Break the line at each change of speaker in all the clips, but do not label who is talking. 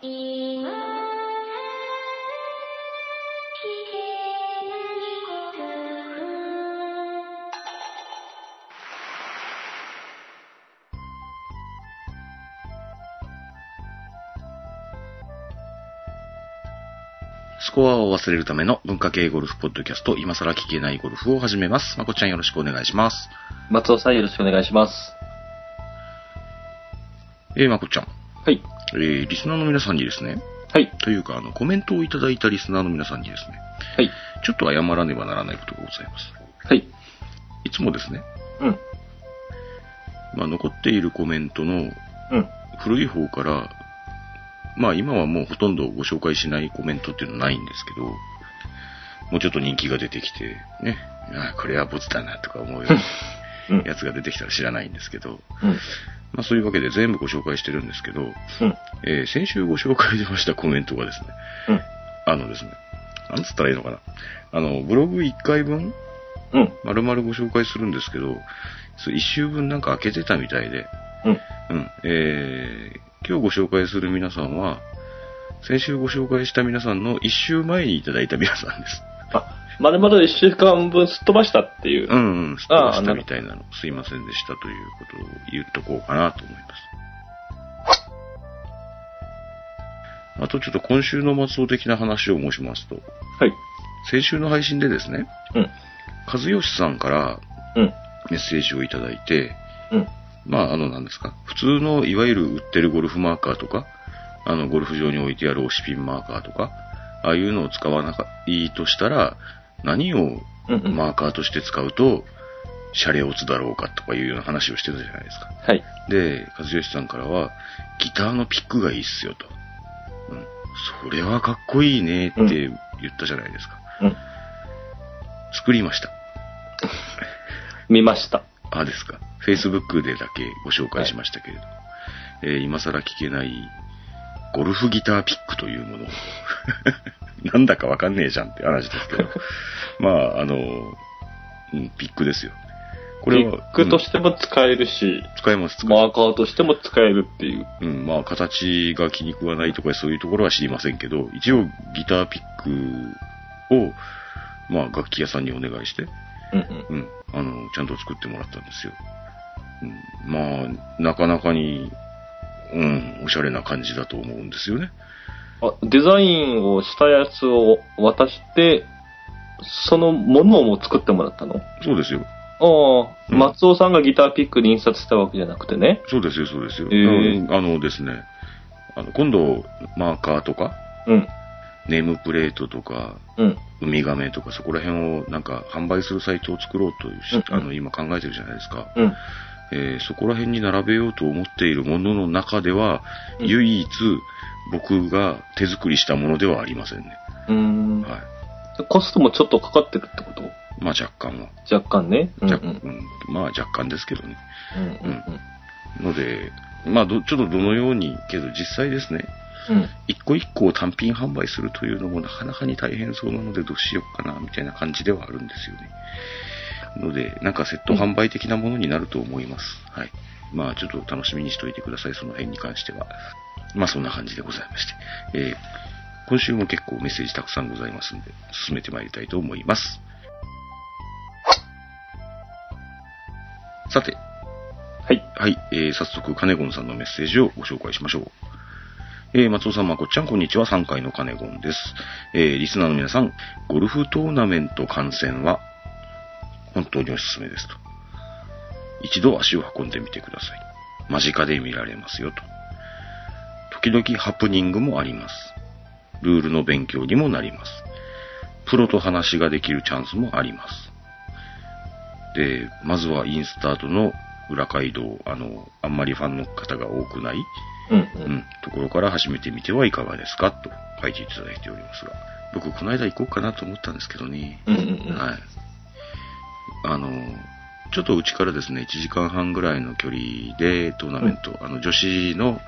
今は聞けないこと
スコアを忘れるための文化系ゴルフポッドキャスト、今更聞けないゴルフを始めます。まこちゃんよろしくお願いします。
松尾さんよろしくお願いします。
えー、まこちゃん。
はい。
えー、リスナーの皆さんにですね、
はい。
というか、あの、コメントをいただいたリスナーの皆さんにですね、
はい。
ちょっと謝らねばならないことがございます。
はい。
いつもですね、
うん。
まあ、残っているコメントの
うん。
古い方から、まあ、今はもうほとんどご紹介しないコメントっていうのはないんですけど、もうちょっと人気が出てきて、ね、あーこれはボツだなとか思うような
うん。
やつが出てきたら知らないんですけど、
うん。
まあそういうわけで全部ご紹介してるんですけど、
うん。
えー先週ご紹介しましたコメントがですね、
うん。
あのですね、なんつったらいいのかな。あの、ブログ1回分、
うん。
丸々ご紹介するんですけど、1週分なんか開けてたみたいで、
うん。
うん、えー今日ご紹介する皆さんは、先週ご紹介した皆さんの1週前にいただいた皆さんです。
あ、まるまる一週間分すっ飛ばしたっていう。
うんうん、知って
あ
ま
あ
した
なる
みたいなの。すいませんでしたということを言っとこうかなと思います。あとちょっと今週の松尾的な話を申しますと、
はい。
先週の配信でですね、
うん。
和義さんから
うん。
メッセージをいただいて、
うん。
まあ、あの、なんですか、普通のいわゆる売ってるゴルフマーカーとか、あの、ゴルフ場に置いてある押しピンマーカーとか、ああいうのを使わなかいいとしたら、何を
うん。うん。
マーカーとして使うと、シャレオツだろうかとかいうような話をしてたじゃないですか。
はい。
で、和義さんからは、ギターのピックがいいっすよと。うん。それはかっこいいねって
うん
言ったじゃないですか。
うん。
作りました。
見ました。
あ、ですか。Facebook でだけご紹介しましたけれど。えー今更聞けない、ゴルフギターピックというもの をなんだかわかんねえじゃんって話です けど。まあ、あの、うん、ピックですよ。これは、
ピックと
うん
しても使えるし、
使えます、使えます
マーカーとしても使えるっていう。
うん、まあ、形が気に食わないとかそういうところは知りませんけど、一応ギターピックを、まあ、楽器屋さんにお願いして、
うん。うん。
うん、あの、ちゃんと作ってもらったんですよ。うん、まあ、なかなかに、うん、おしゃれな感じだと思うんですよね。
あデザインをしたやつを渡して、そのものをもう作ってもらったの
そうですよ。
ああ、
うん
松尾さんがギターピックに印刷したわけじゃなくてね。
そうですよ、そうですよ。
えー
うんあのですね、あの、今度、マーカーとか、
うん。
ネームプレートとか、
うん。
ウミガメとかそこら辺をなんか販売するサイトを作ろうというし、
うん
あの、今考えてるじゃないですか。
うん。
えーそこら辺に並べようと思っているものの中では、
うん
唯一僕が手作りしたものではありませんね。
うーん。
は
コストもちょっとかかってるってこ
い。まあ若干は。
と若干ね。うんう
若
ん。
うんまあ若干ですけどね。
うんうん
ので、まあどちょっとどのように、けど実際ですね、
うん。
一個一個を単品販売するというのもなかなかに大変そうなのでどうしようかな、みたいな感じではあるんですよね。ので、なんかセット販売的なものになると思います。はい。まあちょっと楽しみにしておいてください、その辺に関しては。まあそんな感じでございまして。えー今週も結構メッセージたくさんございますんで、進めてまいりたいと思います。さて、
はい。
はい、えー、早速、カネゴンさんのメッセージをご紹介しましょう。えー、松尾さん、まこっちゃん、こんにちは。3回のカネゴンです。えー、リスナーの皆さん、ゴルフトーナメント観戦は、本当におすすめですと。一度足を運んでみてください。間近で見られますよと。時々ハプニングもあります。ルールの勉強にもなります。プロと話ができるチャンスもあります。で、まずはインスタートの裏街道、あの、あんまりファンの方が多くない、
うん
う
うん。
ん、ところから始めてみてはいかがですかと書いていただいておりますが、僕、この間行こうかなと思ったんですけどね、
うんうんうん。
はい。あの、ちょっとうちからですね、1時間半ぐらいの距離でトーナメント、あの、女子の、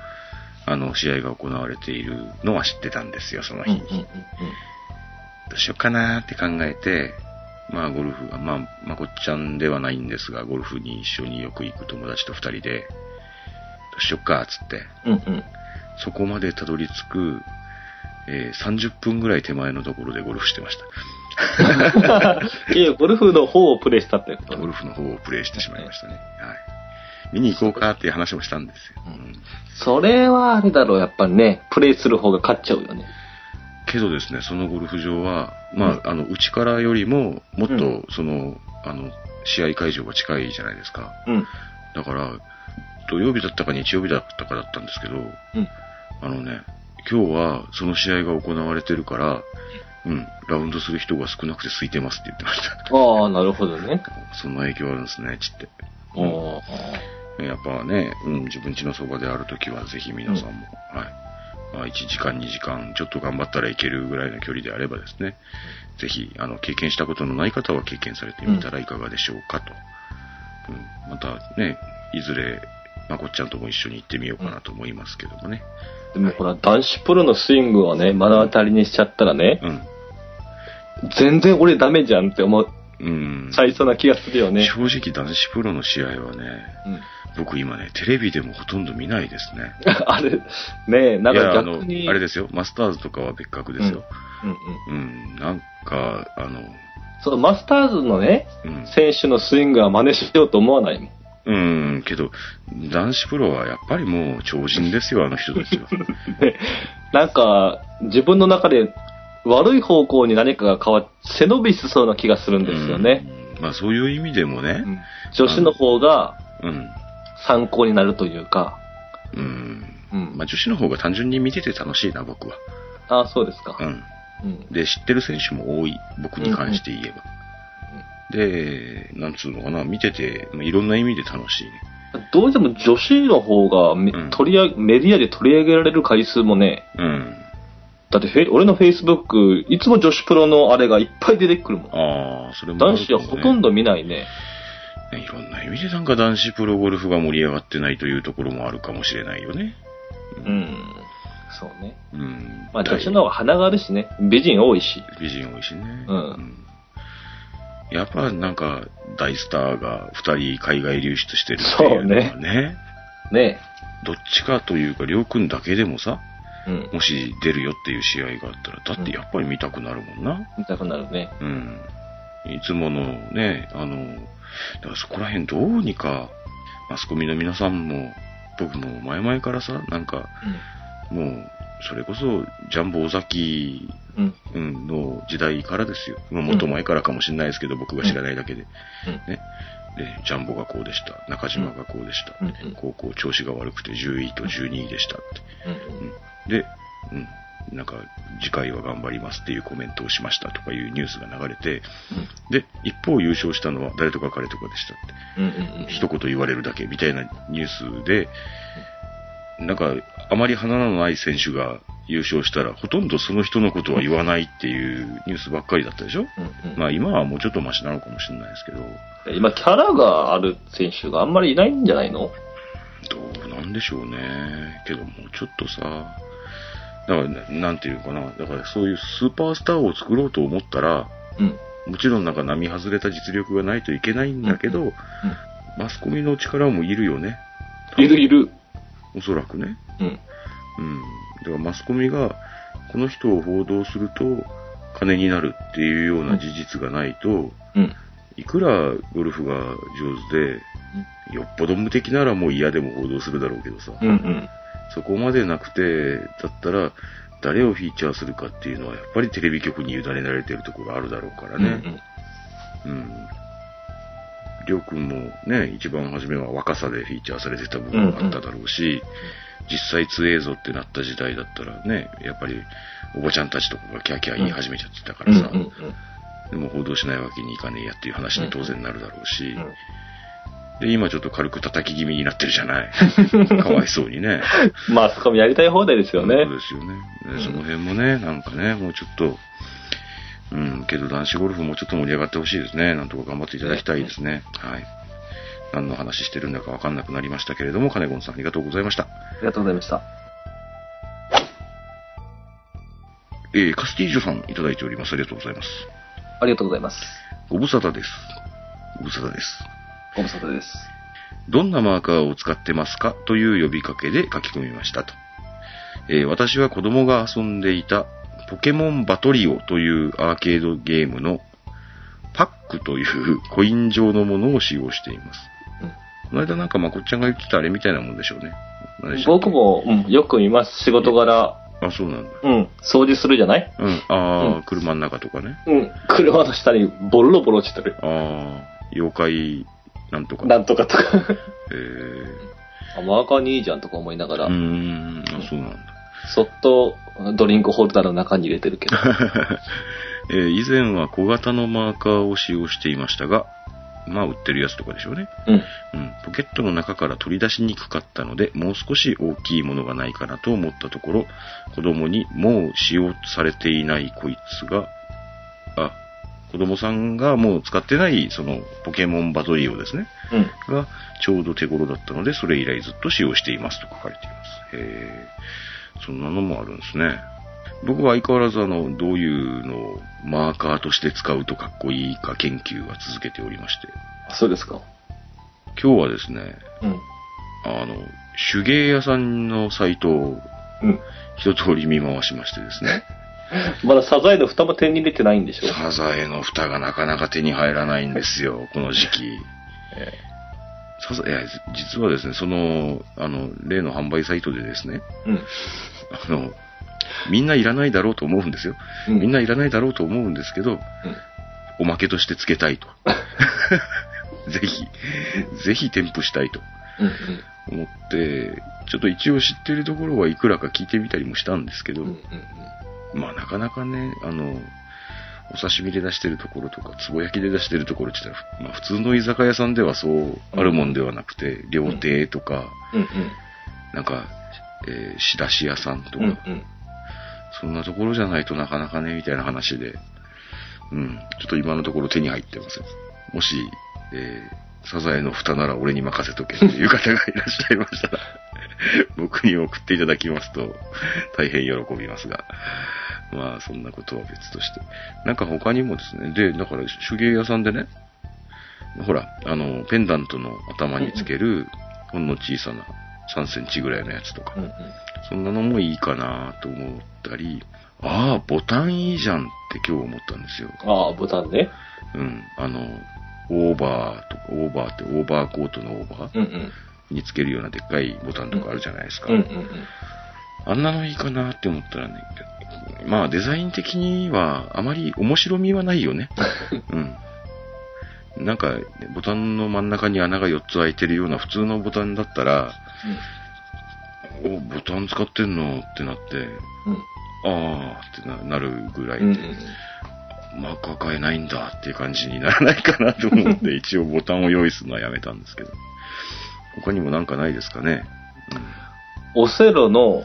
あの、試合が行われているのは知ってたんですよ、その
うん
日
う
に。
んうん
どうしようかなーって考えて、まあゴルフが、まあ、まこっちゃんではないんですが、ゴルフに一緒によく行く友達と二人で、どうしよっかーっつって、
うんうん
そこまでたどり着く、えー30分ぐらい手前のところでゴルフしてました。
いや、ゴルフの方をプレイしたってこと
ゴルフの方をプレイしてしまいましたね。はい。見に行こうかっていう話をしたんですよ。うん
それはあれだろう、やっぱりね。プレイする方が勝っちゃうよね。
けどですね、そのゴルフ場は、まあ、あの、うちからよりも、もっ
う
と、その、あの、試合会場が近いじゃないですか。
うん。
だから、土曜日だったか日曜日だったかだったんですけど、
うん。
あのね、今日はその試合が行われてるから、うん、ラウンドする人が少なくて空いてますって言ってました。
ああ、なるほどね。
そんな影響あるんですね、ちって。
おおー。
やっぱね、うん、自分家のそばであるときは、ぜひ皆さんも、はい。まあ、1時間、2時間、ちょっと頑張ったらいけるぐらいの距離であればですね、ぜひ、あの、経験したことのない方は経験されてみたらいかがでしょうかと。うん、またね、いずれ、まこっちゃんとも一緒に行ってみようかなと思いますけどもね。
でもほら、男子プロのスイングをね、目の当たりにしちゃったらね、
うん。
全然俺ダメじゃんって思っ
うん。
ちゃいそうな気がするよね。
正直、男子プロの試合はね、
うん、
僕今ね、テレビでもほとんど見ないですね。
あれ、ねえ、なん
いや、あ
か
の、
逆に。
あれですよ、マスターズとかは別格ですよ。
うんう
う
ん。
ん、なんか、あの、
そのマスターズのね、
うん、
選手のスイングは真似しようと思わないもん。
うん、けど、男子プロはやっぱりもう超人ですよ、あの人たちは。
なんか、自分の中で悪い方向に何かが変わっ背伸びしそうな気がするん ですよね。
うん。まあそういう意味でもね
う、ん女子の方が
うん、
参考になるというか。
うん。
うん
まあ女子の方が単純に見てて楽しいな、僕は。
ああ、そうですか
う。ん。
うん。
で、知ってる選手も多い、僕に関して言えば。で、なんつうのかな、見てて、まあいろんな意味で楽しいね。
どうしても女子の方がめ
うん
取り上げメディアで取り上げられる回数もね、
うん。
だってフェイ俺のフェイスブックいつも女子プロのあれがいっぱい出てくるもん。
ああ、それもある
男子
かも
は
ね、
ほとんど見ないね。
ねいろんな意味でなんか男子プロゴルフが盛り上がってないというところもあるかもしれないよね。
うん。そうね。
うん。
まあ女子の方が鼻があるしね、美人多いし。
美人多いしね。
うん
やっぱなんか大スターが2人海外流出してるっていうのはね
そね
どっちかというか、りょうくんだけでもさ、
うん。
もし出るよっていう試合があったら、だってやっぱり見たくなるもんな。
見たくなるね。
うん。いつものね、あの、だからそこら辺どうにか、マスコミの皆さんも、僕も前々からさ、なんか、もう、それこそ、ジャンボ尾崎
うん。うん。
うんの時代からですよ。まあ、もっと前からかもしれないですけど、僕が知らないだけで。ね。で、ジャンボがこうでした。中島がこうでした。
うんうん
高校調子が悪くて10位と12位でしたって。
うん。
で、うん、なんか、次回は頑張りますっていうコメントをしましたとかいうニュースが流れて、で、一方優勝したのは誰とか彼とかでしたって。
うん。うん。
一言言われるだけみたいなニュースで、なんか、あまり花のない選手が優勝したら、ほとんどその人のことは言わないっていうニュースばっかりだったでしょ
うん。
まあ今はもうちょっとマシなのかもしれないですけど、
今、キャラがある選手があんまりいないんじゃないの
どうなんでしょうね。けどもうちょっとさ、だからな、なんていうのかな、だからそういうスーパースターを作ろうと思ったら、
うん。
もちろんなんか並外れた実力がないといけないんだけど、マスコミの力もいるよね。
いるいる。
おそらくね。
うん。
うん。だからマスコミが、この人を報道すると、金になるっていうような事実がないと、
うん。
いくらゴルフが上手で、よっぽど無敵ならもう嫌でも報道するだろうけどさ、
うん。うん。
そこまでなくて、だったら、誰をフィーチャーするかっていうのは、やっぱりテレビ局に委ねられてるところあるだろうからね。うん。りょうくんもね、一番初めは若さでフィーチャーされてた部分があっただろうし、実際強えぞってなった時代だったらね、やっぱりおばちゃんたちとかがキャーキャー言い始めちゃってたか
う
ら
ん。う
さ、
ん。
でも報道しないわけにいかねえやっていう話に当然なるだろうし、で、今ちょっと軽く叩き気味になってるじゃない。かわいそうにね。
マスコミやりたい放題ですよね
そう。ですよね。ねその辺もね、なんかね、もうちょっと、うん、けど男子ゴルフもうちょっと盛り上がってほしいですね。なんとか頑張っていただきたいですね。はい。何の話してるんだかわかんなくなりましたけれども、金子さんありがとうございました。
ありがとうございました。
えー、カスティージョさんいただいております。ありがとうございます。
ありがとうございます。
ご無沙汰です。ご無沙汰です。
ご無沙汰です。
どんなマーカーを使ってますかという呼びかけで書き込みましたと。えー私は子供が遊んでいたポケモンバトリオというアーケードゲームのパックという コイン状のものを使用しています。この間なんかまこっちゃんが言ってたあれみたいなもんでしょうね。何でしたっけ
僕も、うん、よく見ます。仕事柄、
あ、そうなんだ。
うん、掃除するじゃない
うん。ああ、
うん
車の中とかね。
うん、車の下にボロボロ落ちてる。
ああ、妖怪なんとか。
なんとかとか。
えー
あ、マーカーにいいじゃんとか思いながら、
うーん、あ、そうなんだ。
そっとドリンクホルダーの中に入れてるけど。
えー以前は小型のマーカーを使用していましたが、まあ売ってるやつとかでしょうね。
うん。
うん、ポケットの中から取り出しにくかったので、もう少し大きいものがないかなと思ったところ、子供にもう使用されていないこいつが、あ、子供さんがもう使ってない、その、ポケモンバトリオですね。
うん。
がちょうど手頃だったので、それ以来ずっと使用していますと書かれています。へーそんなのもあるんですね。僕は相変わらずあの、どういうのをマーカーとして使うとかっこいいか研究は続けておりまして、
そうですか。
今日はですね、
うん。
あの、手芸屋さんのサイトを
うん。
一通り見回しましてですね、
まだサザエの蓋も手に入れてないんでしょ
サザエの蓋がなかなか手に入らないんですよ、この時期。
え
サザいや実はですね、その、あの、例の販売サイトでですね、
うん。
あの、みんないらないだろうと思うんですよ。
うん
みんないらないだろうと思うんですけど、おまけとしてつけたいと。 ぜひ、ぜひ添付したいと
うん。
思って、ちょっと一応知ってるところはいくらか聞いてみたりもしたんですけど、
うん。うん。うん。
まあなかなかね、あの、お刺身で出してるところとか、つぼ焼きで出してるところって言ったら、まあ普通の居酒屋さんではそうあるもんではなくて、料亭とか、
うん。
なんか、えー仕出し屋さんとか、
うん。うん。
そんなところじゃないとなかなかね、みたいな話で、うん、ちょっと今のところ手に入ってません。もし、えーサザエの蓋なら俺に任せとけという方がいらっしゃいましたら、 僕に送っていただきますと、大変喜びますが、まあ、そんなことは別として。なんか他にもですね、で、だから手芸屋さんでね、ほら、あの、ペンダントの頭につける、ほんの小さな3センチぐらいのやつとか
う、ん。うん。
そんなのもいいかなと思ったり、ああ、ボタンいいじゃんって今日思ったんですよ。
ああ、ボタンね。
うん。あの、オーバーとか、オーバーってオーバーコートのオーバー
うん。うん。
につけるようなでっかいボタンとかあるじゃないですか。
うん。うん。
あんなのいいかなって思ったらね、まあデザイン的にはあまり面白みはないよ ね。うん。なんか、ボタンの真ん中に穴が4つ開いてるような普通のボタンだったら、お、ボタン使ってんのってなって、
うん。うん。
あーってななるぐらいで、
うん
マーカー買えないんだっていう感じにならないかなと思 って、一応ボタンを用意するのはやめたんですけど。他にもなんかないですかね。
オセロの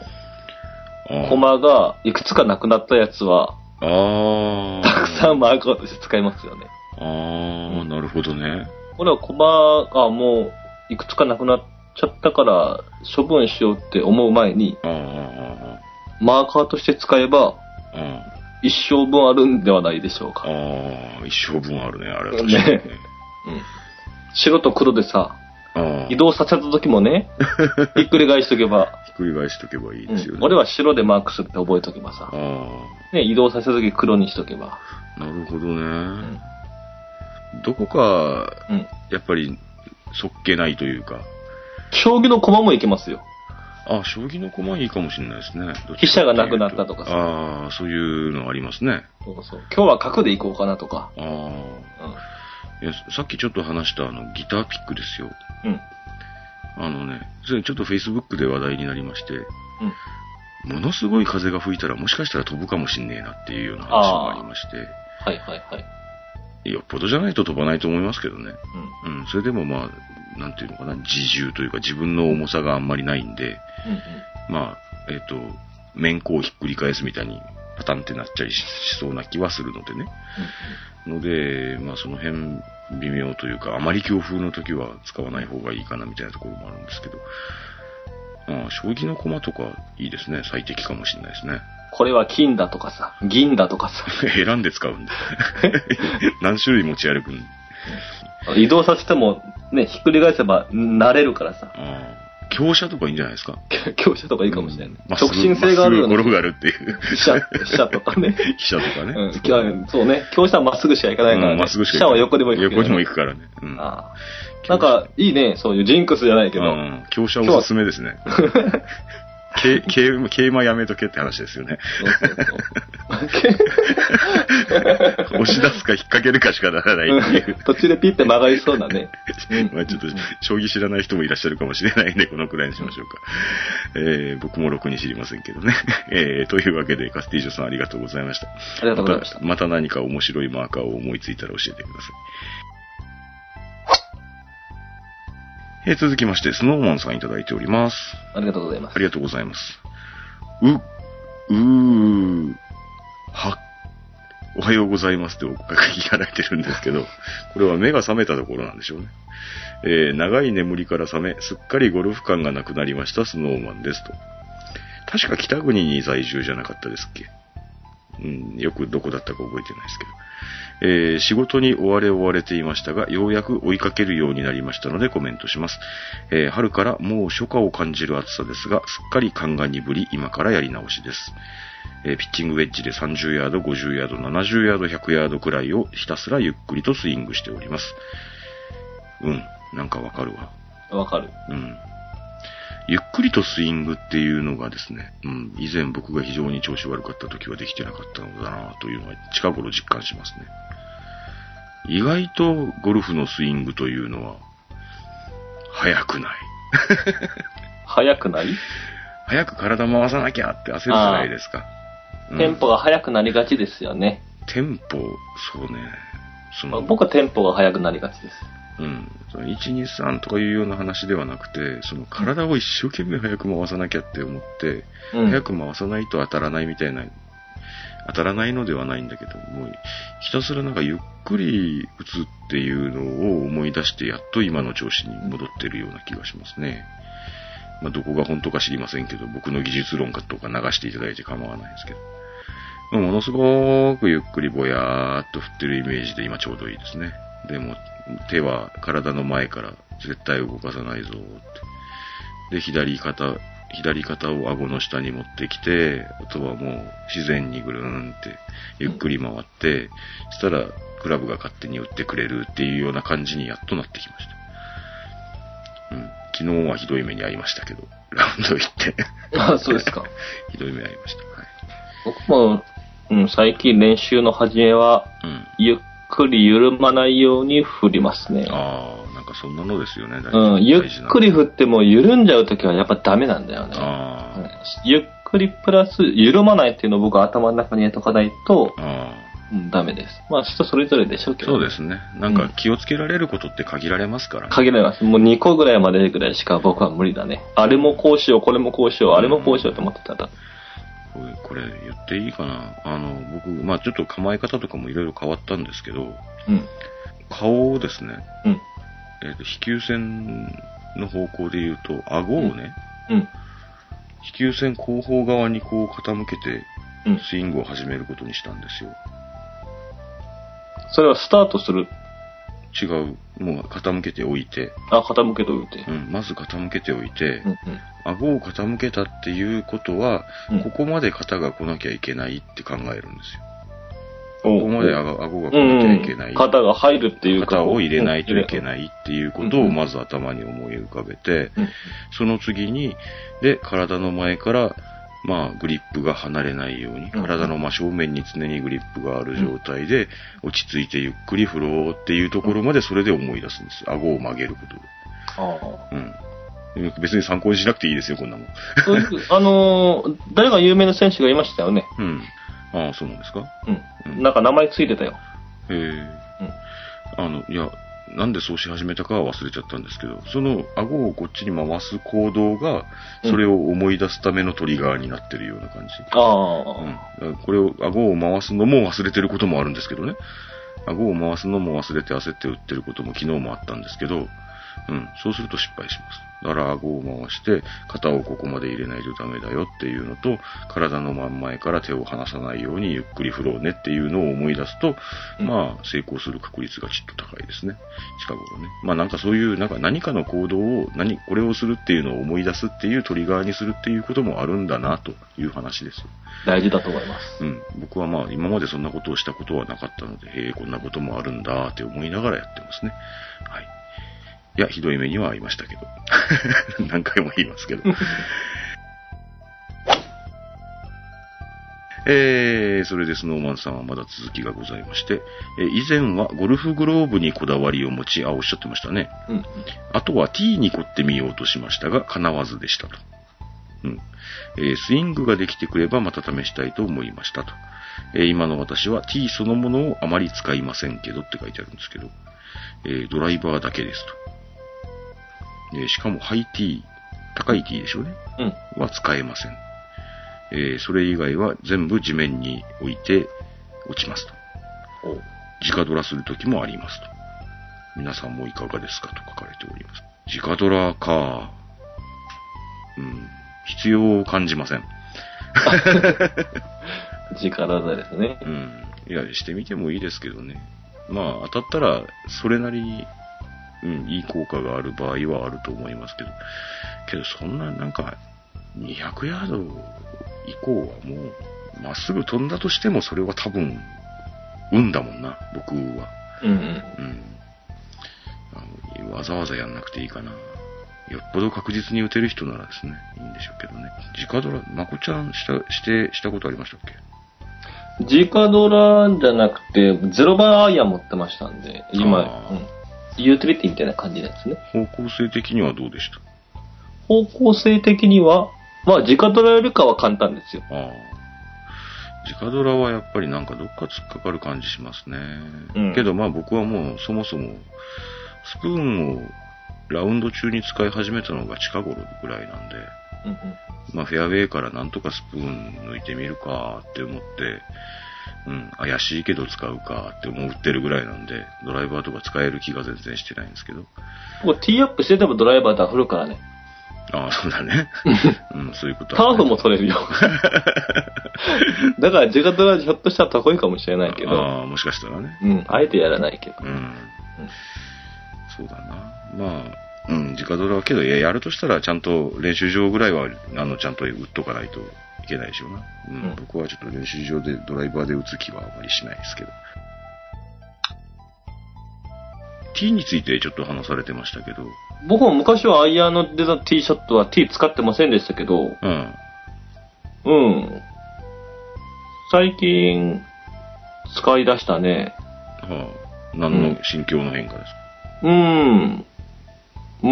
うん、あー
コマがいくつかなくなったやつは、
あー。
たくさんマーカーとして使いますよね。
あー、なるほどね。
これはコマがもういくつかなくなっちゃったから処分しようって思う前に、
あーあ
マーカーとして使えば
ー、あーあー。
一生分あるんではないでしょうか。
あー、一生分あるね、あれは確かにね
ね。うん白と黒でさ、
あー、
移動させた時も ね、ひっくり返しとけば、
ひっくり返しとけばいいですよ
う
ね。
ん俺は白でマークするって覚えとけばさ、
あ
ね、移動させた時黒にしとけば、
ー、なるほどね。
ん
どこか、
うん。
やっぱり、そっけないというか、
将棋の駒もいけますよ。
あ、将棋の駒いいかもしれないですね。どっちかっていうと
飛車がなくなったとかさ
ああ、そういうのありますね。
そうそう今日は角で行こうかなとか。
ああ。
う
いや、さっきちょっと話したあの、ギターピックですよ。
ん。うん。
あのね、それちょっと Facebook で話題になりまして、
うん。
ものすごい風が吹いたらもしかしたら飛ぶかもしんねえなっていうような話もありまして、
はいはいはい。
よっぽどじゃないと飛ばないと思いますけどね。
うん。
うん、それでもまあ、なんていうのかな、自重というか自分の重さがあんまりないんで、
うんうん。
まあ、えっ、と、面こをひっくり返すみたいに、パタンってなっちゃいししそうな気はするのでね。ので、まあその辺微妙というか、あまり強風の時は使わない方がいいかなみたいなところもあるんですけど、まあ、将棋の駒とかいいですね。最適かもしれないですね。
これは金だとかさ、銀だとかさ、
選んで使うんで。 何種類持ち歩くん
移動させてもね、ひっくり返せば慣れるからさ、
あ強者とかいいんじゃないですか。
強者とかいいかもしれない、ね
まっすぐ
直進性があるよう
まっすぐゴ
な
ルフがあるっていう。
飛車、飛車とかね。
飛車とかね。
うん、きゃそうね。教師はまっすぐしか行かないから、ね。
うんまっすぐしか
飛車は横でも行くけど
横でも行くからね。うん。
ああなんか、いいね。そういうジンクスじゃないけど。
うん、強者おすすめですね。けけ桂馬やめとけって話ですよね。
そうそうそ う
押し出すか引っ掛けるかしかならないっていう。
途中でピッて曲がりそうなね。うん
まあちょっと、将棋知らない人もいらっしゃるかもしれないんで、このくらいにしましょうか。えー僕もろくに知りませんけどね。 えーというわけで、カスティージョさんありがとうございました。
ありがとうございました。
たまた何か面白いマーカーを思いついたら教えてください。えー続きまして、スノーマンさんいただいております。
ありがとうございます
あ。りがとうございます。う、うー、は、おはようございますってお書きいただいてるんです けど、これは目が覚めたところなんでしょうね。えー長い眠りから覚め、すっかりゴルフ感がなくなりました、スノーマンですと。確か北国に在住じゃなかったですっけうん、よくどこだったか覚えてないですけど。えー仕事に追われ追われていましたが、ようやく追いかけるようになりましたのでコメントします。えー春からもう初夏を感じる暑さですが、すっかり勘が鈍り、今からやり直しです。えーピッチングウェッジで30ヤード、50ヤード、70ヤード、100ヤードくらいをひたすらゆっくりとスイングしております。うん、なんかわかるわ。
わかる。
うん。ゆっくりとスイングっていうのがですね、うん、以前僕が非常に調子悪かった時はできてなかったのだなというのは近頃実感しますね。意外とゴルフのスイングというのは、早くない。
速くなり、
早く体回さなきゃって焦るじゃないですか。うん
テンポが速くなりがちですよね。
テンポ、そうね。そ
まあ
の、
僕はテンポが速くなりがちです。
うん。その1、2、3とかいうような話ではなくて、その体を一生懸命早く回さなきゃって思って、
うん。
早く回さないと当たらないみたいな、当たらないのではないんだけど、もうひたすらなんかゆっくり打つっていうのを思い出して、やっと今の調子に戻ってるような気がしますね。まあ、どこが本当か知りませんけど、僕の技術論かとか流していただいて構わないですけど。まあものすごくゆっくりぼやーっと振ってるイメージで今ちょうどいいですね。でも、手は体の前から絶対動かさないぞーって。で、左肩、左肩を顎の下に持ってきて、あとはもう自然にぐるーんって、ゆっくり回って、そしたらクラブが勝手に打ってくれるっていうような感じにやっとなってきました。うん。昨日はひどい目に遭いましたけど、ラウンド行って、
あそうですか。
ひどい目に遭いました。
僕も、うん、最近練習の始めは、
はい。うん。
ゆっくり緩まないように振りますね。
ああ、なんかそんなのですよね、大
うん、ゆっく。
大事
り振っても緩んじゃうときはやっぱダメなんだよね。
なあ
う
ー
んゆっくりプラス緩まないっていうのを僕は頭の中に入れとかないと、
あ
うん、ダメです。まあ人それぞれでしょうけ
ー。
ど。
そうですね。なんか気をつけられることって限られますからね。
限られます。もう2個ぐらいまでぐらいしか僕は無理だね。あれもこうしよう、これもこうしよう、あれもこうしようと思ってたら。
これ、これ言っていいかなあの、僕、まあちょっと構え方とかもいろいろ変わったんですけど、
うん。
顔をですね、
うん。
えーと、飛球線の方向で言うと、顎をね、
うん。
飛球線後方側にこう傾けて、
うん。
スイングを始めることにしたんですよ。
それはスタートする。
違う、もう傾けておいて、
あ、傾けといて
う。ん、まず傾けておいて、
うん。
顎を傾けたっていうことは、
うん
ここまで肩が来なきゃいけないって考えるんですよ。
うん。
ここまで
うん
顎顎が来
うん
なきゃ
う
いけない。
ん。肩が入るっていうか。
型を入れないといけ
い。
ないっていうことをまず頭に思い浮かべて、
うん。
その次に、で、体の前から、まあ、グリップが離れないように、
うん
体の真正面に常にグリップがある状態で、落ち着いてゆっくり振ろうっていうところまでそれで思い出すんですよ。顎を曲げること
ああ。
で。うん。別に参考にしなくていいですよ、こんなもん。
そういうあのー誰が有名な選手がいましたよね。
うん。ああ、そうなんですか
う
うん
ん。なんか名前ついてたよ。
へえ。あの、いや、なんでそうし始めたかは忘れちゃったんですけど、その顎をこっちに回す行動が、
うん
それを思い出すためのトリガーになってるような感じ。うん
ああ。
だからこれを、顎を回すのも忘れてることもあるんですけどね。顎を回すのも忘れて焦って打ってることも昨日もあったんですけど、うん。そうすると失敗します。だから顎を回して、肩をここまで入れないとダメだよっていうのと、体の真ん前から手を離さないようにゆっくり振ろうねっていうのを思い出すと、
うん
まあ、成功する確率がきっと高いですね。近頃ね。まあなんかそういう、なんか何かの行動を、何、これをするっていうのを思い出すっていうトリガーにするっていうこともあるんだなという話です。
大事だと思います。
うん、僕はまあ今までそんなことをしたことはなかったので、へえ、こんなこともあるんだって思いながらやってますね。はい。いや、ひどい 目には遭いましたけど。何回も言いますけど。 えー、それでスノーマンさんはまだ続きがございまして、えー以前はゴルフグローブにこだわりを持ち、あ、おっしゃってましたね。
うん。
あとは T に凝ってみようとしましたが、叶わずでしたと。うん。えースイングができてくればまた試したいと思いましたと。えー今の私は T そのものをあまり使いませんけどって書いてあるんですけど、えードライバーだけですと。えーしかもハイ T、高い T でしょうね。
うん。
は使えません。えーそれ以外は全部地面に置いて落ちますと。
おう
直ドラする時もありますと。皆さんもいかがですかと書かれております。直ドラか。うん。必要を感じません。
力技ですね
う。ん。いや、してみてもいいですけどね。まあ、当たったら、それなりに、うん、いい効果がある場合はあると思いますけど。けど、そんな、なんか、200ヤード以降はもう、まっすぐ飛んだとしても、それは多分、運だもんな、僕は。
うんうん。
うんあの。わざわざやんなくていいかな。よっぽど確実に打てる人ならですね、いいんでしょうけどね。直ドラ、まこちゃんした、して、したことありましたっけ
直ドラじゃなくて、ゼロ番アイアン持ってましたんで、今、
あ
う
ー
ん、ユーティリティみたいな感じですね。
方向性的にはどうでした
方向性的には、まあ、直ドラよりかは簡単ですよ。
ああ。直ドラはやっぱりなんかどっか突っかかる感じしますね。
うん
けどまあ僕はもうそもそも、スプーンをラウンド中に使い始めたのが近頃ぐらいなんで、
うん
まあ、フェアウェイからなんとかスプーン抜いてみるかって思って、うん、怪しいけど使うかって思ってるぐらいなんで、ドライバーとか使える気が全然してないんですけど。
うん。こう、ティーアップしててもドライバーダフるから ね。
ああ、そうだ ね。うん、そういうこと
タ
は
ー
ね、
フも取れるよ。 だから、直ドラひょっとしたら得意かもしれないけど、
ああ、もしかしたらね。
うん、あえてやらないけど。
うん。そうだな。まあ、うん、直ドラはけど、いや、やるとしたら、ちゃんと練習場ぐらいは、あの、ちゃんと打っとかないといけないでしょうな。うん、
うん
僕はちょっと練習場でドライバーで打つ気はあまりしないですけど。T についてちょっと話されてましたけど、
僕も昔はアイアンの出たティーショットはティー使ってませんでしたけど、
うん。
うん。最近、使い出したね。
はあ、何の心境の変化です
うん。まあ、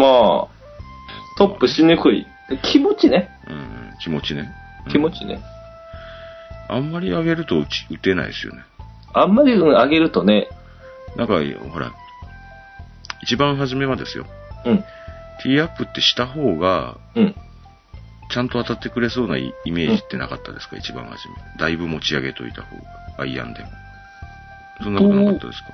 トップしにくい。気持ちね。
か、うん、気持ちね。うん
気持ちね。
あんまり上げると打ち打てないですよね。
あんまりうん上げるとね、
なんか、ほら、一番初めはですよ。
うん、
ティーアップってした方が、
うん。
ちゃんと当たってくれそうなイイメージってなかったですか、一番初め。だいぶ持ち上げといた方が、アイアンでも。そんなことなかったですか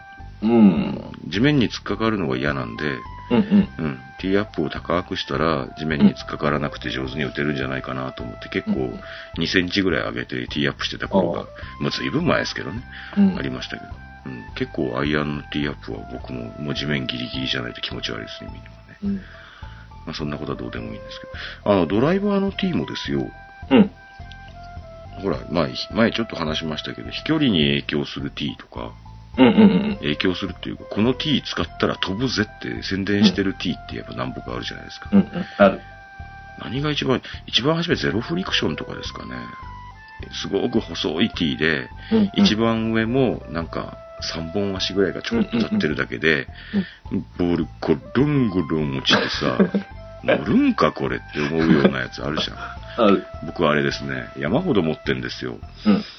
うん。
地面に突っかかるのが嫌なんで、
うんうん。
うん、ティーアップを高くしたら、地面に突っかからなくて上手に打てるんじゃないかなと思って、結構
うん
2センチぐらい上げてティーアップしてた頃
あ
が、まあ随分前ですけどね、
うん、
ありましたけど、うん、結構アイアンのティーアップは僕ももう地面ギリギリじゃないと気持ち悪いですね、見にもね。
うん。
まあそんなことはどうでもいいんですけど、あの、ドライバーのティーもですよ、
うん。
ほら、まあ、ひ前ちょっと話しましたけど、飛距離に影響する T とか、
うんうんうん。
影響するっていうか、この T 使ったら飛ぶぜって宣伝してる T ってやっぱ何歩かあるじゃないですか。
うんうん。ある。
何が一番、一番初めゼロフリクションとかですかね。すごく細い T で、
うんうん
一。番上もなんか3本足ぐらいがちょこっと立ってるだけで、ボールゴロンゴロン落ちて さ、乗るんかこれって思うようなやつあるじゃん。
ある。
僕はあれですね、山ほど持ってんですよ。
うん。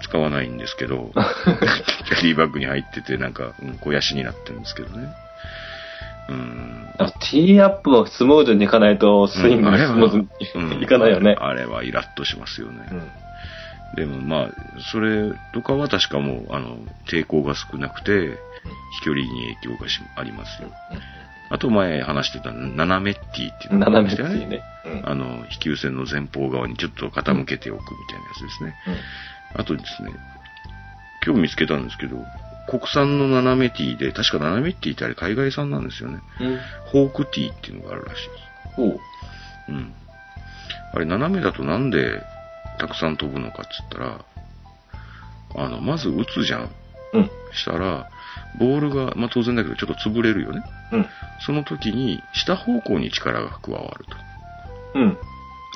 使わないんですけど、キャリーバッグに入ってて、なんか、うん、肥やしになってるんですけどね。うん。
あティーアップはスムーズにいかないと、スイング
うんあ
が
れ
ス
は
ムーズに
うん
いかないよね。
あれはイラッとしますよね。
うん。
でもまあ、それとかは確かもう、あの、抵抗が少なくて、飛距離に影響がしありますよ。あと前話してた斜めティーっていうのがありま
斜め
し
ったて
よ
いうね。うん
あの、飛球線の前方側にちょっと傾けておくみたいなやつですね。あとですね、今日見つけたんですけど、国産の斜めティーで、確か斜めティーってあれ海外産なんですよね。
うん。
フォークティーっていうのがあるらしい
おう
です。うん。あれ、斜めだとなんでたくさん飛ぶのかっつったら、あの、まず打つじゃん。
うん。
したら、ボールが、まあ、当然だけどちょっと潰れるよね。
うん。
その時に、下方向に力が加わると。
うん。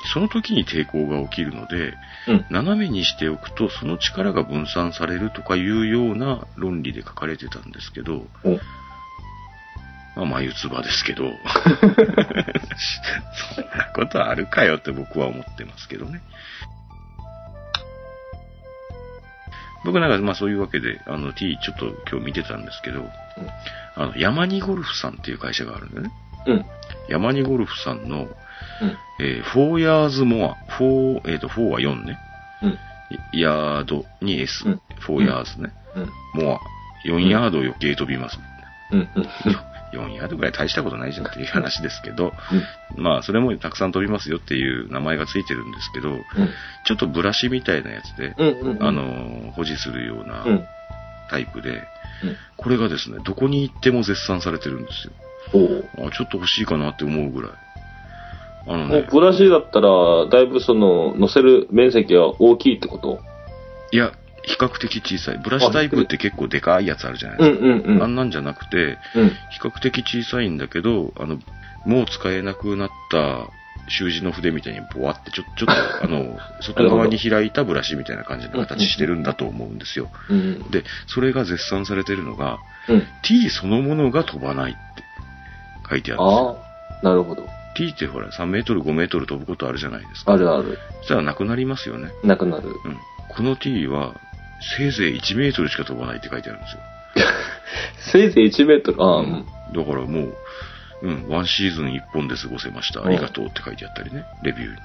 その時に抵抗が起きるので、
うん。
斜めにしておくとその力が分散されるとかいうような論理で書かれてたんですけど、
お
まあ、眉唾です けど、そんなことあるかよって僕は思ってますけどね。僕なんか、まあそういうわけで、あの T ちょっと今日見てたんですけど、あの、山にゴルフさんっていう会社があるんだよね。
うん。
山にゴルフさんの、えー、4ヤーズモア、4、えっ、と、4は4ね。
うん。
ヤードに S、
うん
4ヤーズね。
うん。
モア、4ヤード余計飛びます。
うん。うん。
4ヤードぐらい大したことないじゃんっていう話ですけど、 まあ、それもたくさん飛びますよっていう名前がついてるんですけど、ちょっとブラシみたいなやつで、
うん。うん。うん。
あ、のー、保持するような
うん。
タイプで、
うん
これがですね、どこに行っても絶賛されてるんです
おう
よ。あ、ちょっと欲しいかなって思うぐらい。あの
もう
ね、
ブラシだったら、だいぶその、乗せる面積は大きいってこと
いや、比較的小さい。ブラシタイプって結構でかいやつあるじゃないです
うん
か。
うんうん。
あんなんじゃなくて、
うん。
比較的小さいんだけど、あの、もう使えなくなった習字の筆みたいにボワって、ちょ、ちょっ と、あの、外側に開いたブラシみたいな感じの形してるんだと思うんですよ。
うん。
で、それが絶賛されてるのが、
うん。
t そのものが飛ばないって書いてあるんですよ。
ああ、なるほど。
t ってほら、3メートル、5メートル飛ぶことあるじゃないですか。
あるある。
そしたらなくなりますよね。
なくなる。
うん。この t は、せいぜい1メートルしか飛ばないって書いてあるんですよ。
せいぜい1メートル。ああ、うん。
だからもう、うん、ワンシーズン1本で過ごせました。
うん
ありがとうって書いてあったりね、レビューに。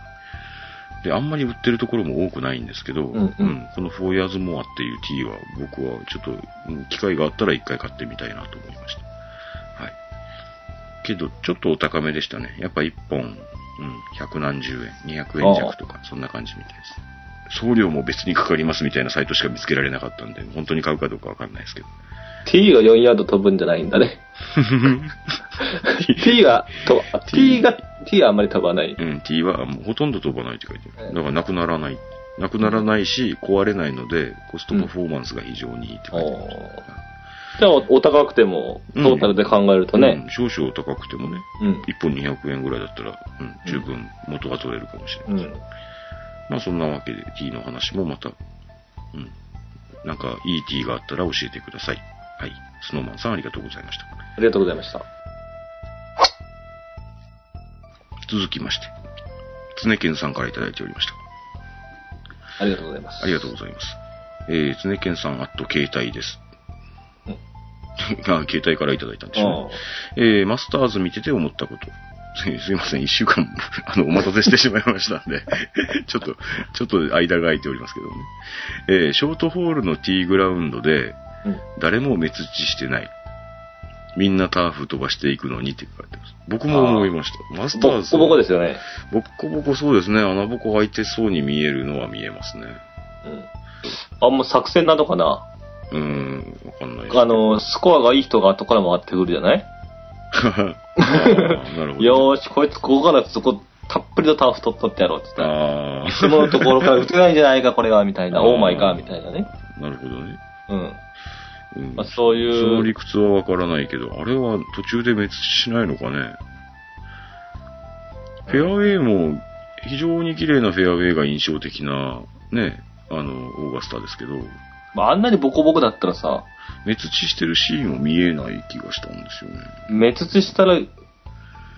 で、あんまり売ってるところも多くないんですけど、
んうん
このフォーヤーズモアっていう T は僕はちょっと、うん機会があったら一回買ってみたいなと思いました。はい。けど、ちょっとお高めでしたね。やっぱ1本、うん、百何十円、200円弱とか、そんな感じみたいです。送料も別にかかりますみたいなサイトしか見つけられなかったんで、本当に買うかどうかわかんないですけど。
T が4ヤード飛ぶんじゃないんだね。T が飛ば、T が、T はあんまり飛ばない。
うん、T はもうほとんど飛ばないって書いてあ
う
る。
ん
だからなくならない。なくならないし、壊れないので、コストパフォーマンスが非常にいいって書いてある。
おーじゃあお、お高くても、トータルで考えるとね。
うん、少々高くてもね、
うん。
1本200円ぐらいだったら、うん、十分元が取れるかもしれない。
うん。
まあそんなわけで T の話もまた、うん、なんかいい T があったら教えてください。はい。スノーマンさんありがとうございました。
ありがとうございました。
続きまして、常健さんからいただいておりました。
ありがとうございます。
ありがとうございます。えー、常健さん、あと携帯です。
うん
あ携帯からいただいたんでしょうね、
ああ
えー、マスターズ見てて思ったこと。 すいすいません、一週間、 あの、お待たせしてしまいましたんで、 ちょっと、ちょっと間が空いておりますけどね。えー、ショートホールのティーグラウンドで、
うん
誰も目打ちしてない。みんなターフ飛ばしていくのにって書いてます。僕も思いました。マスターズ。
ボコボコですよね。
ボッコボコそうですね。穴ぼこ開いてそうに見えるのは見えますね。
うん。あんま作戦なのかな
うーん、わかんないです。
あの、スコアがいい人が後から回ってくるじゃない
あーなるほど。
よーし、こいつここからそこ、たっぷりとターフ取っとってやろうって言 ったら、
あ
質問のところから打てないんじゃないか、これは、みたいな、
あー
オーマイか、みたいなね。
あ、 なるほどね。
うん。
うん
まあ、そ
その
ういう、
理屈はわからないけど、あれは途中で滅しないのかね。フェアウェイも非常に綺麗なフェアウェイが印象的な、ね、あの、オーガスタですけど、
まあ、あんなにボコボコだったらさ、
滅地してるシーンも見えない気がしたんですよね。
滅打したら、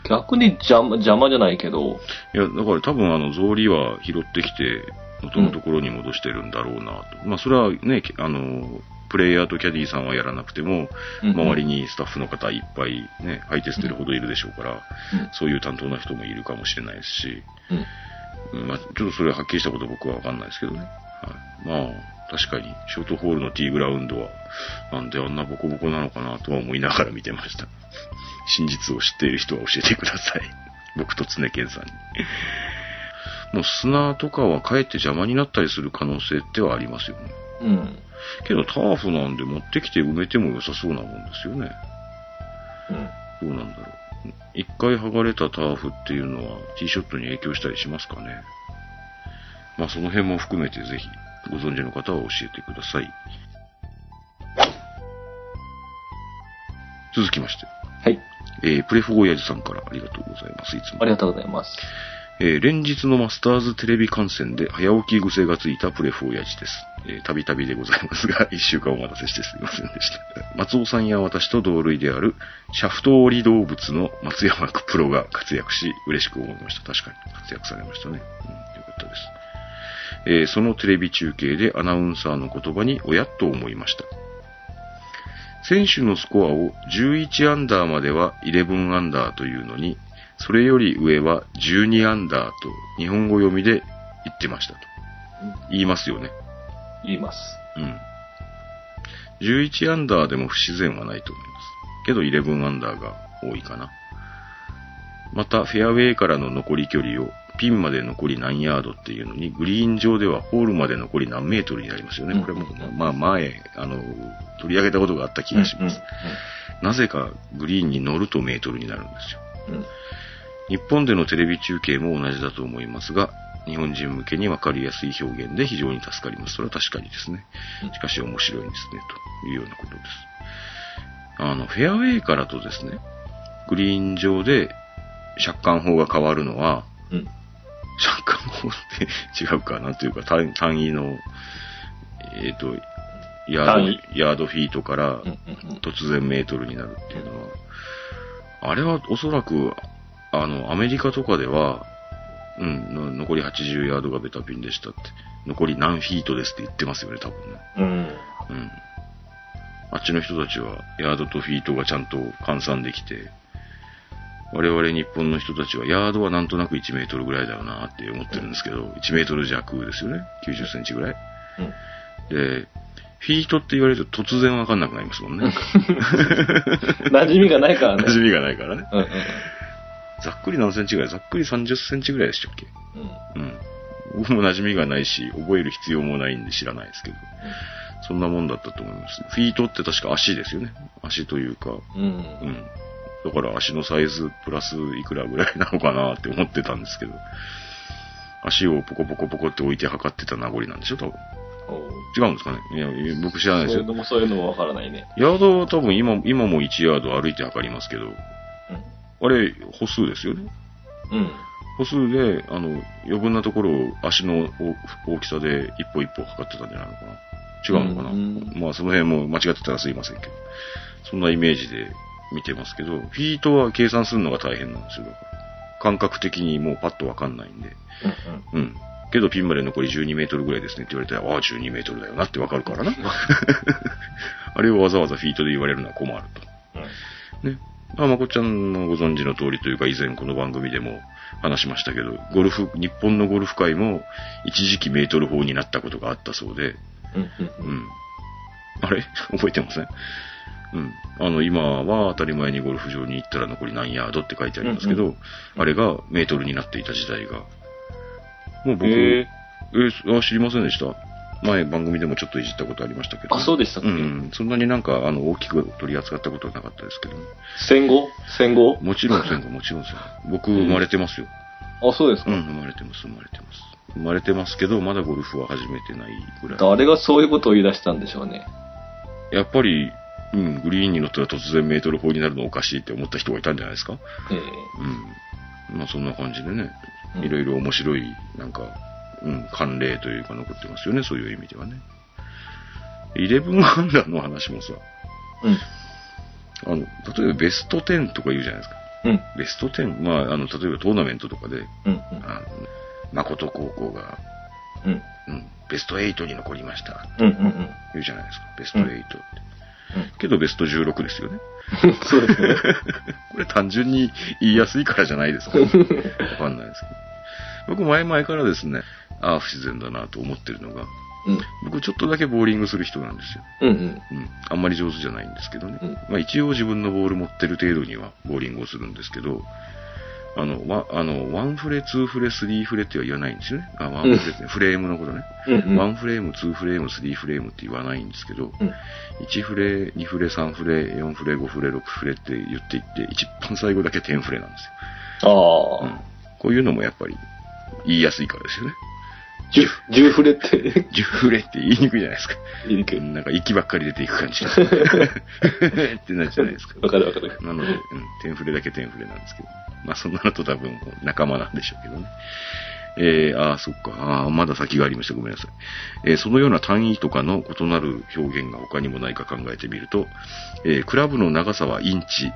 逆に邪魔、邪魔じゃないけど、
いや、だから多分あの、草履は拾ってきて、元のところに戻してるんだろうなと。まあ、それはね、あの、プレイヤーとキャディーさんはやらなくても、
うん
周りにスタッフの方いっぱいね、相手捨てるほどいるでしょうから、そういう担当な人もいるかもしれないですし、
うん。
うんまあ、ちょっとそれははっきりしたこと僕はわかんないですけどね。ははい、まあ、確かに、ショートホールのティーグラウンドは、なんであんなボコボコなのかなとは思いながら見てました。 真実を知っている人は教えてください。 僕と常健さんに。 もう砂とかはかえって邪魔になったりする可能性ってはありますよね。
うん。
けどターフなんで持ってきて埋めても良さそうなもんですよね。
うん。
どうなんだろう。一回剥がれたターフっていうのはティーショットに影響したりしますかね。まあその辺も含めてぜひご存知の方は教えてください。続きまして、
はい。
えープレフォーヤジさんからありがとうございます。いつも
あり。がとうございます。
えー連日のマスターズテレビ観戦で早起き癖がついたプレフォーヤジです。えーたびたびでございますが、一 週間お待たせしてすみませんでした。松尾さんや私と同類である、シャフト織り動物の松山区プロが活躍し、嬉しく思いました。確かに活躍されましたね。うん、よかったです。えーそのテレビ中継でアナウンサーの言葉におやっと思いました。選手のスコアを11アンダーまでは11アンダーというのに、それより上は12アンダーと日本語読みで言ってましたと。言いますよね。
言います。
うん。11アンダーでも不自然はないと思います。けど11アンダーが多いかな。また、フェアウェイからの残り距離をピンまで残り何ヤードっていうのに、グリーン上ではホールまで残り何メートルになりますよね。これも
うんうんう、ん
まあ前、あの、取り上げたことがあった気がします。なぜかグリーンに乗るとメートルになるんですよ。
うん。うん。
日本でのテレビ中継も同じだと思いますが、日本人向けにわかりやすい表現で非常に助かります。それは確かにですね。
うん
しかし面白いんですね、というようなことです。あの、フェアウェイからとですね、グリーン上で借款法が変わるのは、
うん。
借款法って違うかなというか、単単位の、えっ、と、ヤ
単
ー
位
ド、ヤードフィートから
うんうんうん
突然メートルになるっていうのは、あれはおそらく、あの、アメリカとかでは、うん、の残り80ヤードがベタピンでしたって、残り何フィートですって言ってますよね、多分ね。
うん。
うん。あっちの人たちは、ヤードとフィートがちゃんと換算できて、我々日本の人たちは、ヤードはなんとなく1メートルぐらいだよなって思ってるんですけど、1メートル弱ですよね。90センチぐらい。
うん。
で、フィートって言われると突然わかんなくなりますもんね。
馴染みがないからね。
馴染みがないからね。
うん
ざっくり何センチぐらいざっくり30センチぐらいでしたっけ
うんうん。
うん。僕も馴染みがないし、覚える必要もないんで知らないですけど。そんなもんだったと思います。フィートって確か足ですよね。足というか、
うん。うん。
う
うん
ん。だから足のサイズプラスいくらぐらいなのかなって思ってたんですけど、足をポコポコポコって置いて測ってた名残なんでしょ多分。
おう
違うんですかねいやいや、僕知らないです
そう
よ
いう。のもそういうのもわからないね。
ヤードは多分今、今も1ヤード歩いて測りますけど、あれ、歩数ですよね。
うん。うん。
歩数で、あの、余分なところを足の大大きさで一歩一歩測ってたんじゃないのかな。違うのかな。
うん
まあ、その辺も間違ってたらすいませんけど。そんなイメージで見てますけど、フィートは計算するのが大変なんですよ。だから感覚的にもうパッとわかんないんで。うん。けどピンまで残り12メートルぐらいですねって言われたら、ああ、12メートルだよなってわかる からな。あれをわざわざフィートで言われるのは困ると。
うん。
ね。まあ、まこっちゃんもご存知の通りというか、以前この番組でも話しましたけど、ゴルフ、日本のゴルフ界も一時期メートル法になったことがあったそうで、
うん。
う
うん。
ん。あれ 覚えてませんうん。あの、今は当たり前にゴルフ場に行ったら残り何ヤードって書いてありますけど、
うん
あれがメートルになっていた時代が、もう僕、
へ
え
え
ーあ知りませんでした。前番組でもちょっといじったことありましたけど、
あ、そうでしたっ
う
け
ん、そんなになんかあの大きく取り扱ったことはなかったですけどね、
戦後戦後
もちろん戦後、もちろん戦後。僕、生まれてますよ。
あ、そうです
う
か。
ん、生まれてます、生まれてます。生まれてますけど、まだゴルフは始めてないぐらい。
誰がそういうことを言い出したんでしょうね。
やっぱり、うん、グリーンに乗ったら突然メートル法になるのおかしいって思った人がいたんじゃないですか
え
うん。まあ、そんな感じでね、
うん
いろいろ面白い、なんか、うん、慣例というか残ってますよね、そういう意味ではね。11アンダーの話もさ、
えうん。
あの、例えばベスト10とか言うじゃないですか。
うん。
ベスト 10? まあ、あの、例えばトーナメントとかで、
うん。
あの誠高校が、
うん。
うん、ベスト8に残りました。
うん。うん。うん。
言うじゃないですか。ベスト8って。
うん
けどベスト16ですよね。
そうですね。
これ単純に言いやすいからじゃない ですか、ね。わかんないですけど。僕前々からですね、ああ、不自然だなと思ってるのが、
うん。
僕ちょっとだけボーリングする人なんですよ。
うん
うん。あんまり上手じゃないんですけどね。
うん
まあ一応自分のボール持ってる程度にはボーリングをするんですけど、あの、わあの、ワンフレ、ツーフレ、スリーフレっては言わないんですよね。あ、ワンフレって、フレームのことね。
うん。うんうん。
ワンフレーム、ツーフレーム、スリーフレームって言わないんですけど、
うん。
1フレ、2フレ、3フレ、4フレ、5フレ、6フレって言っていって、一番最後だけ10フレなんですよ。
あ
う
あ
ん。こういうのもやっぱり言いやすいからですよね。
十、十フレって、
10フレって言いにくいじゃないですか。
いいけど
なんか息ばっかり出ていく 感じ が。ってなるじゃないですか。
わかるわかる。
なので、うん、点触れだけ点触れなんですけど。まあ、そんなのと多分仲間なんでしょうけどね。えー、ああ、そっか。ああ、まだ先がありました。ごめんなさい。えーそのような単位とかの異なる表現が他にもないか考えてみると、えークラブの長さはインチ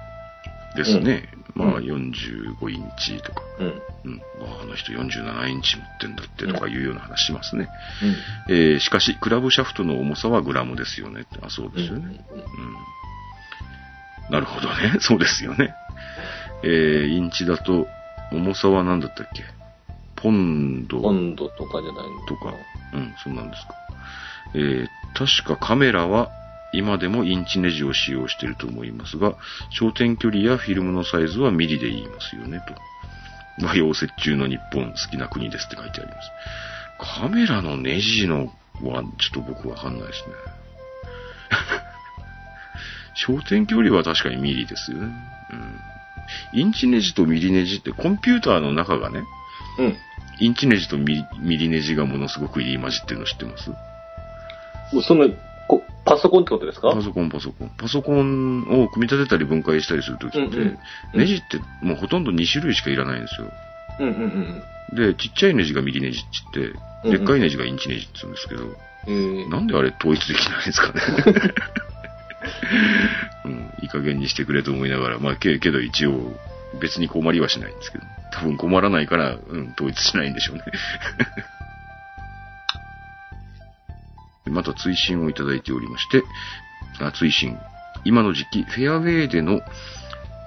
ですね。
うん
まあ、
うん
45インチとか、
うん。
うん、ああの人47インチ持ってんだってとかいうような話しますね。
う
え
ん。
ーしかし、クラブシャフトの重さはグラムですよねって。あ、そうですよね。うんなるほどね。 そうですよね。えー、インチだと、重さは何だったっけポンド
温度とかじゃないの
とか。うん、そんなんですか。えー、確かカメラは今でもインチネジを使用していると思いますが、焦点距離やフィルムのサイズはミリで言いますよね、と。和洋折衷の日本、好きな国ですって書いてあります。カメラのネジのは、ちょっと僕わかんないですね。 焦点距離は確かにミリですよね。うん。インチネジとミリネジってコンピューターの中がね、
うん。
インチネジとミリミリネジがものすごく入り混じってるの知ってます
その、こパソコンってことですか
パソコン、パソコン。パソコンを組み立てたり分解したりするときって、
うんうんうん
ネジってもうほとんど2種類しかいらないんですよ。
うんうん
で、ちっちゃいネジがミリネジって言って、
うんうん
でっかいネジがインチネジって言うんですけど、
うん。えー
なんであれ統一できないんですかね。 うん、いい加減にしてくれと思いながら、まあ、けけど一応、別に困りはしないんですけど、多分困らないから、うん、統一しないんでしょうね。 また、追伸をいただいておりまして、あ、追伸。今の時期、フェアウェイでの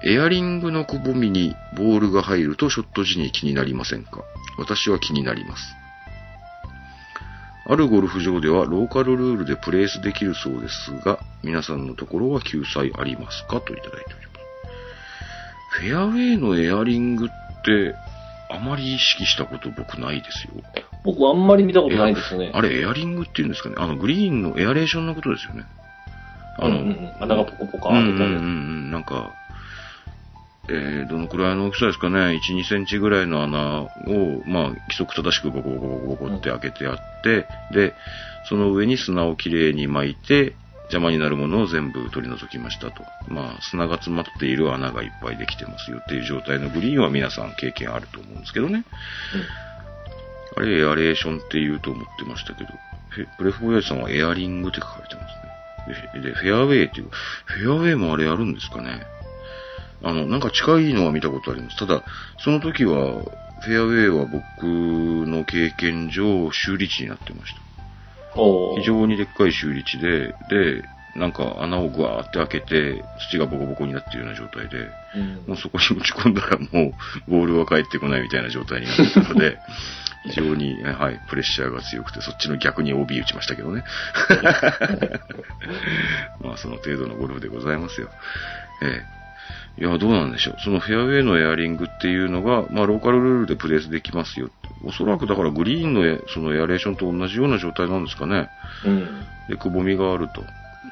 エアリングのくぼみにボールが入るとショット時に気になりませんか私は気になります。あるゴルフ場ではローカルルールでプレースできるそうですが、皆さんのところは救済ありますかといただいております。フェアウェイのエアリングって、あまり意識したこと僕ないですよ。
僕あんまり見たことないですよね。
あれ、エアリングっていうんですかね。あの、グリーンのエアレーションのことですよね。あ
う
の、
んうんうん、穴がポコポコ
うん
開
う
け
んう
た
んう
り。
ん、なんか、えー、どのくらいの大きさですかね、1、2センチぐらいの穴を、まあ、規則正しくボコボコボコボコって開けてあって、で、その上に砂をきれいに巻いて、邪魔になるものを全部取り除きましたと。まあ、砂が詰まっている穴がいっぱいできてますよっていう状態のグリーンは皆さん経験あると思うんですけどね。あれ、エアレーションって言うと思ってましたけど、フェブレフボヤジさんはエアリングって書かれてますね。で、でフェアウェイっていう、フェアウェイもあれやるんですかね。あの、なんか近いのは見たことあります。ただ、その時は、フェアウェイは僕の経験上、修理地になってました。
おー
非常にでっかい修理地で、で、なんか穴をぐわーって開けて、土がボコボコになってるような状態で、
うん
もうそこに打ち込んだらもうボールは返ってこないみたいな状態になってたので、非常に、えはい、プレッシャーが強くて、そっちの逆に OB 打ちましたけどね。まあ、その程度のゴルフでございますよ。ええ。いや、どうなんでしょう。そのフェアウェイのエアリングっていうのが、まあ、ローカルルールでプレースできますよって。おそらくだからグリーンのエそのエアレーションと同じような状態なんですかね。
うん。
で、くぼみがあると。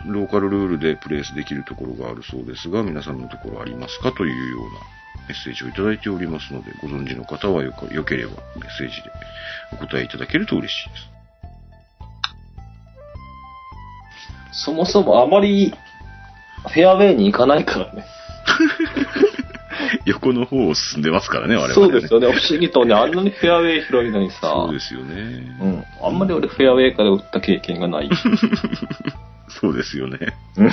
ローカルルールでプレースできるところがあるそうですが、皆さんのところありますかというようなメッセージをいただいておりますので、ご存知の方はよかよければメッセージでお答えいただけると嬉しいです。
そもそもあまり、フェアウェイに行かないからね。
横の方を進んでますからね、我々、ね。
そうです
よ。
よね。不思議とね、あんなにフェアウェイ広いのにさ。
そうですよね。
うん。あんまり俺フェアウェイから打った経験がない。
そうですよね。
うん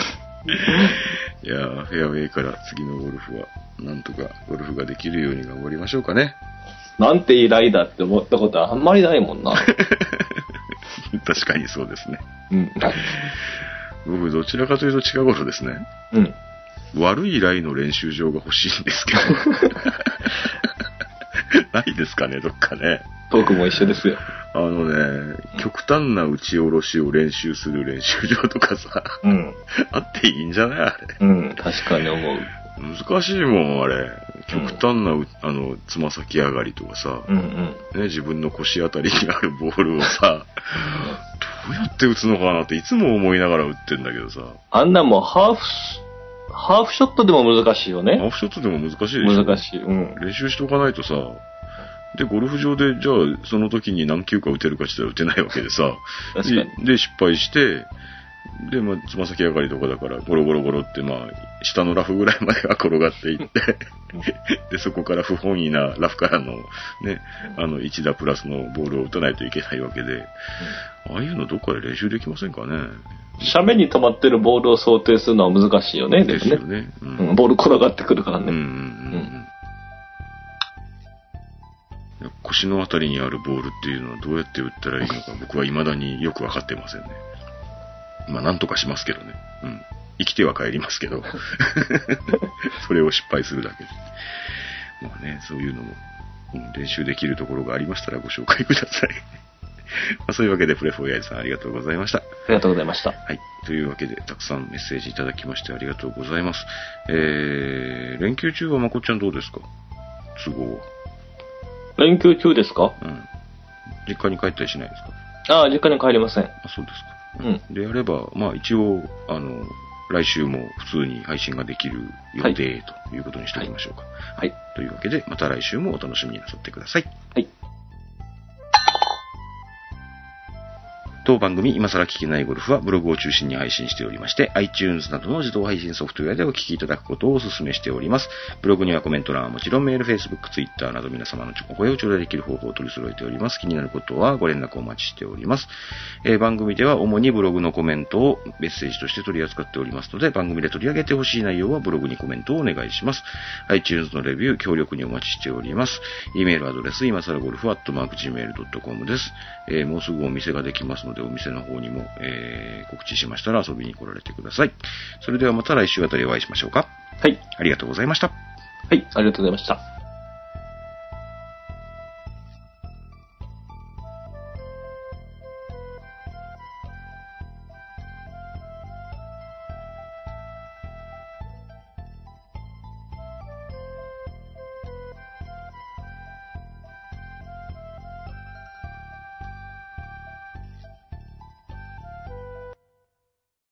いやーフェアウェイから次のゴルフは、なんとかゴルフができるように頑張りましょうか ね。
なんていいライダーって思ったことはあんまりないもんな。
確かにそうですね。
うん。
僕、どちらかというと近頃ですね。
うん。
悪いライの練習場が欲しいんですけど。ないですかね、どっかね。
僕も一緒ですよ。
あのね、極端な打ち下ろしを練習する練習場とかさ、
うん。
あっていいんじゃないあれ。
うん、確かに思う。
難しいもん、あれ。極端なう、あの、つま先上がりとかさ、
うんうん。
ね、自分の腰あたりにあるボールをさ、どうやって打つのかなっていつも思いながら打ってんだけどさ、
あんなんもうハーフ、ハーフショットでも難しいよ
ハ
ね。
ーフショットでも難しいでしょ。
難しい。うん。
練習しておかないとさ、で、ゴルフ場で、じゃあ、その時に何球か打てるかしたら打てないわけでさ、
確かに
でで、失敗して、で、まあ、つま先上がりとかだから、ゴロゴロゴロって、まあ、下のラフぐらいまでは転がっていって、 で、そこから不本意なラフからの、ね、あの、1打プラスのボールを打たないといけないわけで、ああいうのどっかで練習できませんかね
斜面に止まってるボールを想定するのは難しいよね、で
です
もね
よ。ね。う。
うんん、ボール転がってくるから
うんうん
ね。
うんうん腰のあたりにあるボールっていうのはどうやって打ったらいいのか 僕は未だによく分かってませんね。まあなんとかしますけどね。うん。生きては帰りますけ ど。それを失敗するだけで。まあね、そういうのも、うん練習できるところがありましたらご紹介ください。 まあそういうわけでプレフォーヤイさんありがとうございました。
ありがとうございました。
はい。というわけで、たくさんメッセージいただきましてありがとうございます。えー、連休中はまこっちゃんどうですか都合
連休中ですか
は。うん。実家に帰ったりしないですか
ああ、実家に帰りません。
あ、そうです
う
か。
ん。
であれば、まあ一応、あの、来週も普通に配信ができる予
はい
定ということにしておきましょうか。
はい。
というわけで、また来週もお楽しみになさってください。
はい。
当番組、今更聞けないゴルフはブログを中心に配信しておりまして、iTunes などの自動配信ソフトウェアでお聞きいただくことをお勧めしております。ブログにはコメント欄はもちろんメール、Facebook、Twitter など皆様のお声を頂戴できる方法を取り揃えております。気になることはご連絡お待ちしております。えー番組では主にブログのコメントをメッセージとして取り扱っておりますので、番組で取り上げてほしい内容はブログにコメントをお願いします。iTunes のレビュー、協力にお待ちしております。e メールアドレス、今更ゴルフ、アットマーク、gmail.com です。えーもうすぐお店ができますので、お店の方にも、えー告知しましたら遊びに来られてください。それではまた来週あたりお会いしましょうか。
はい。
ありがとうございました。
はい、ありがとうございました。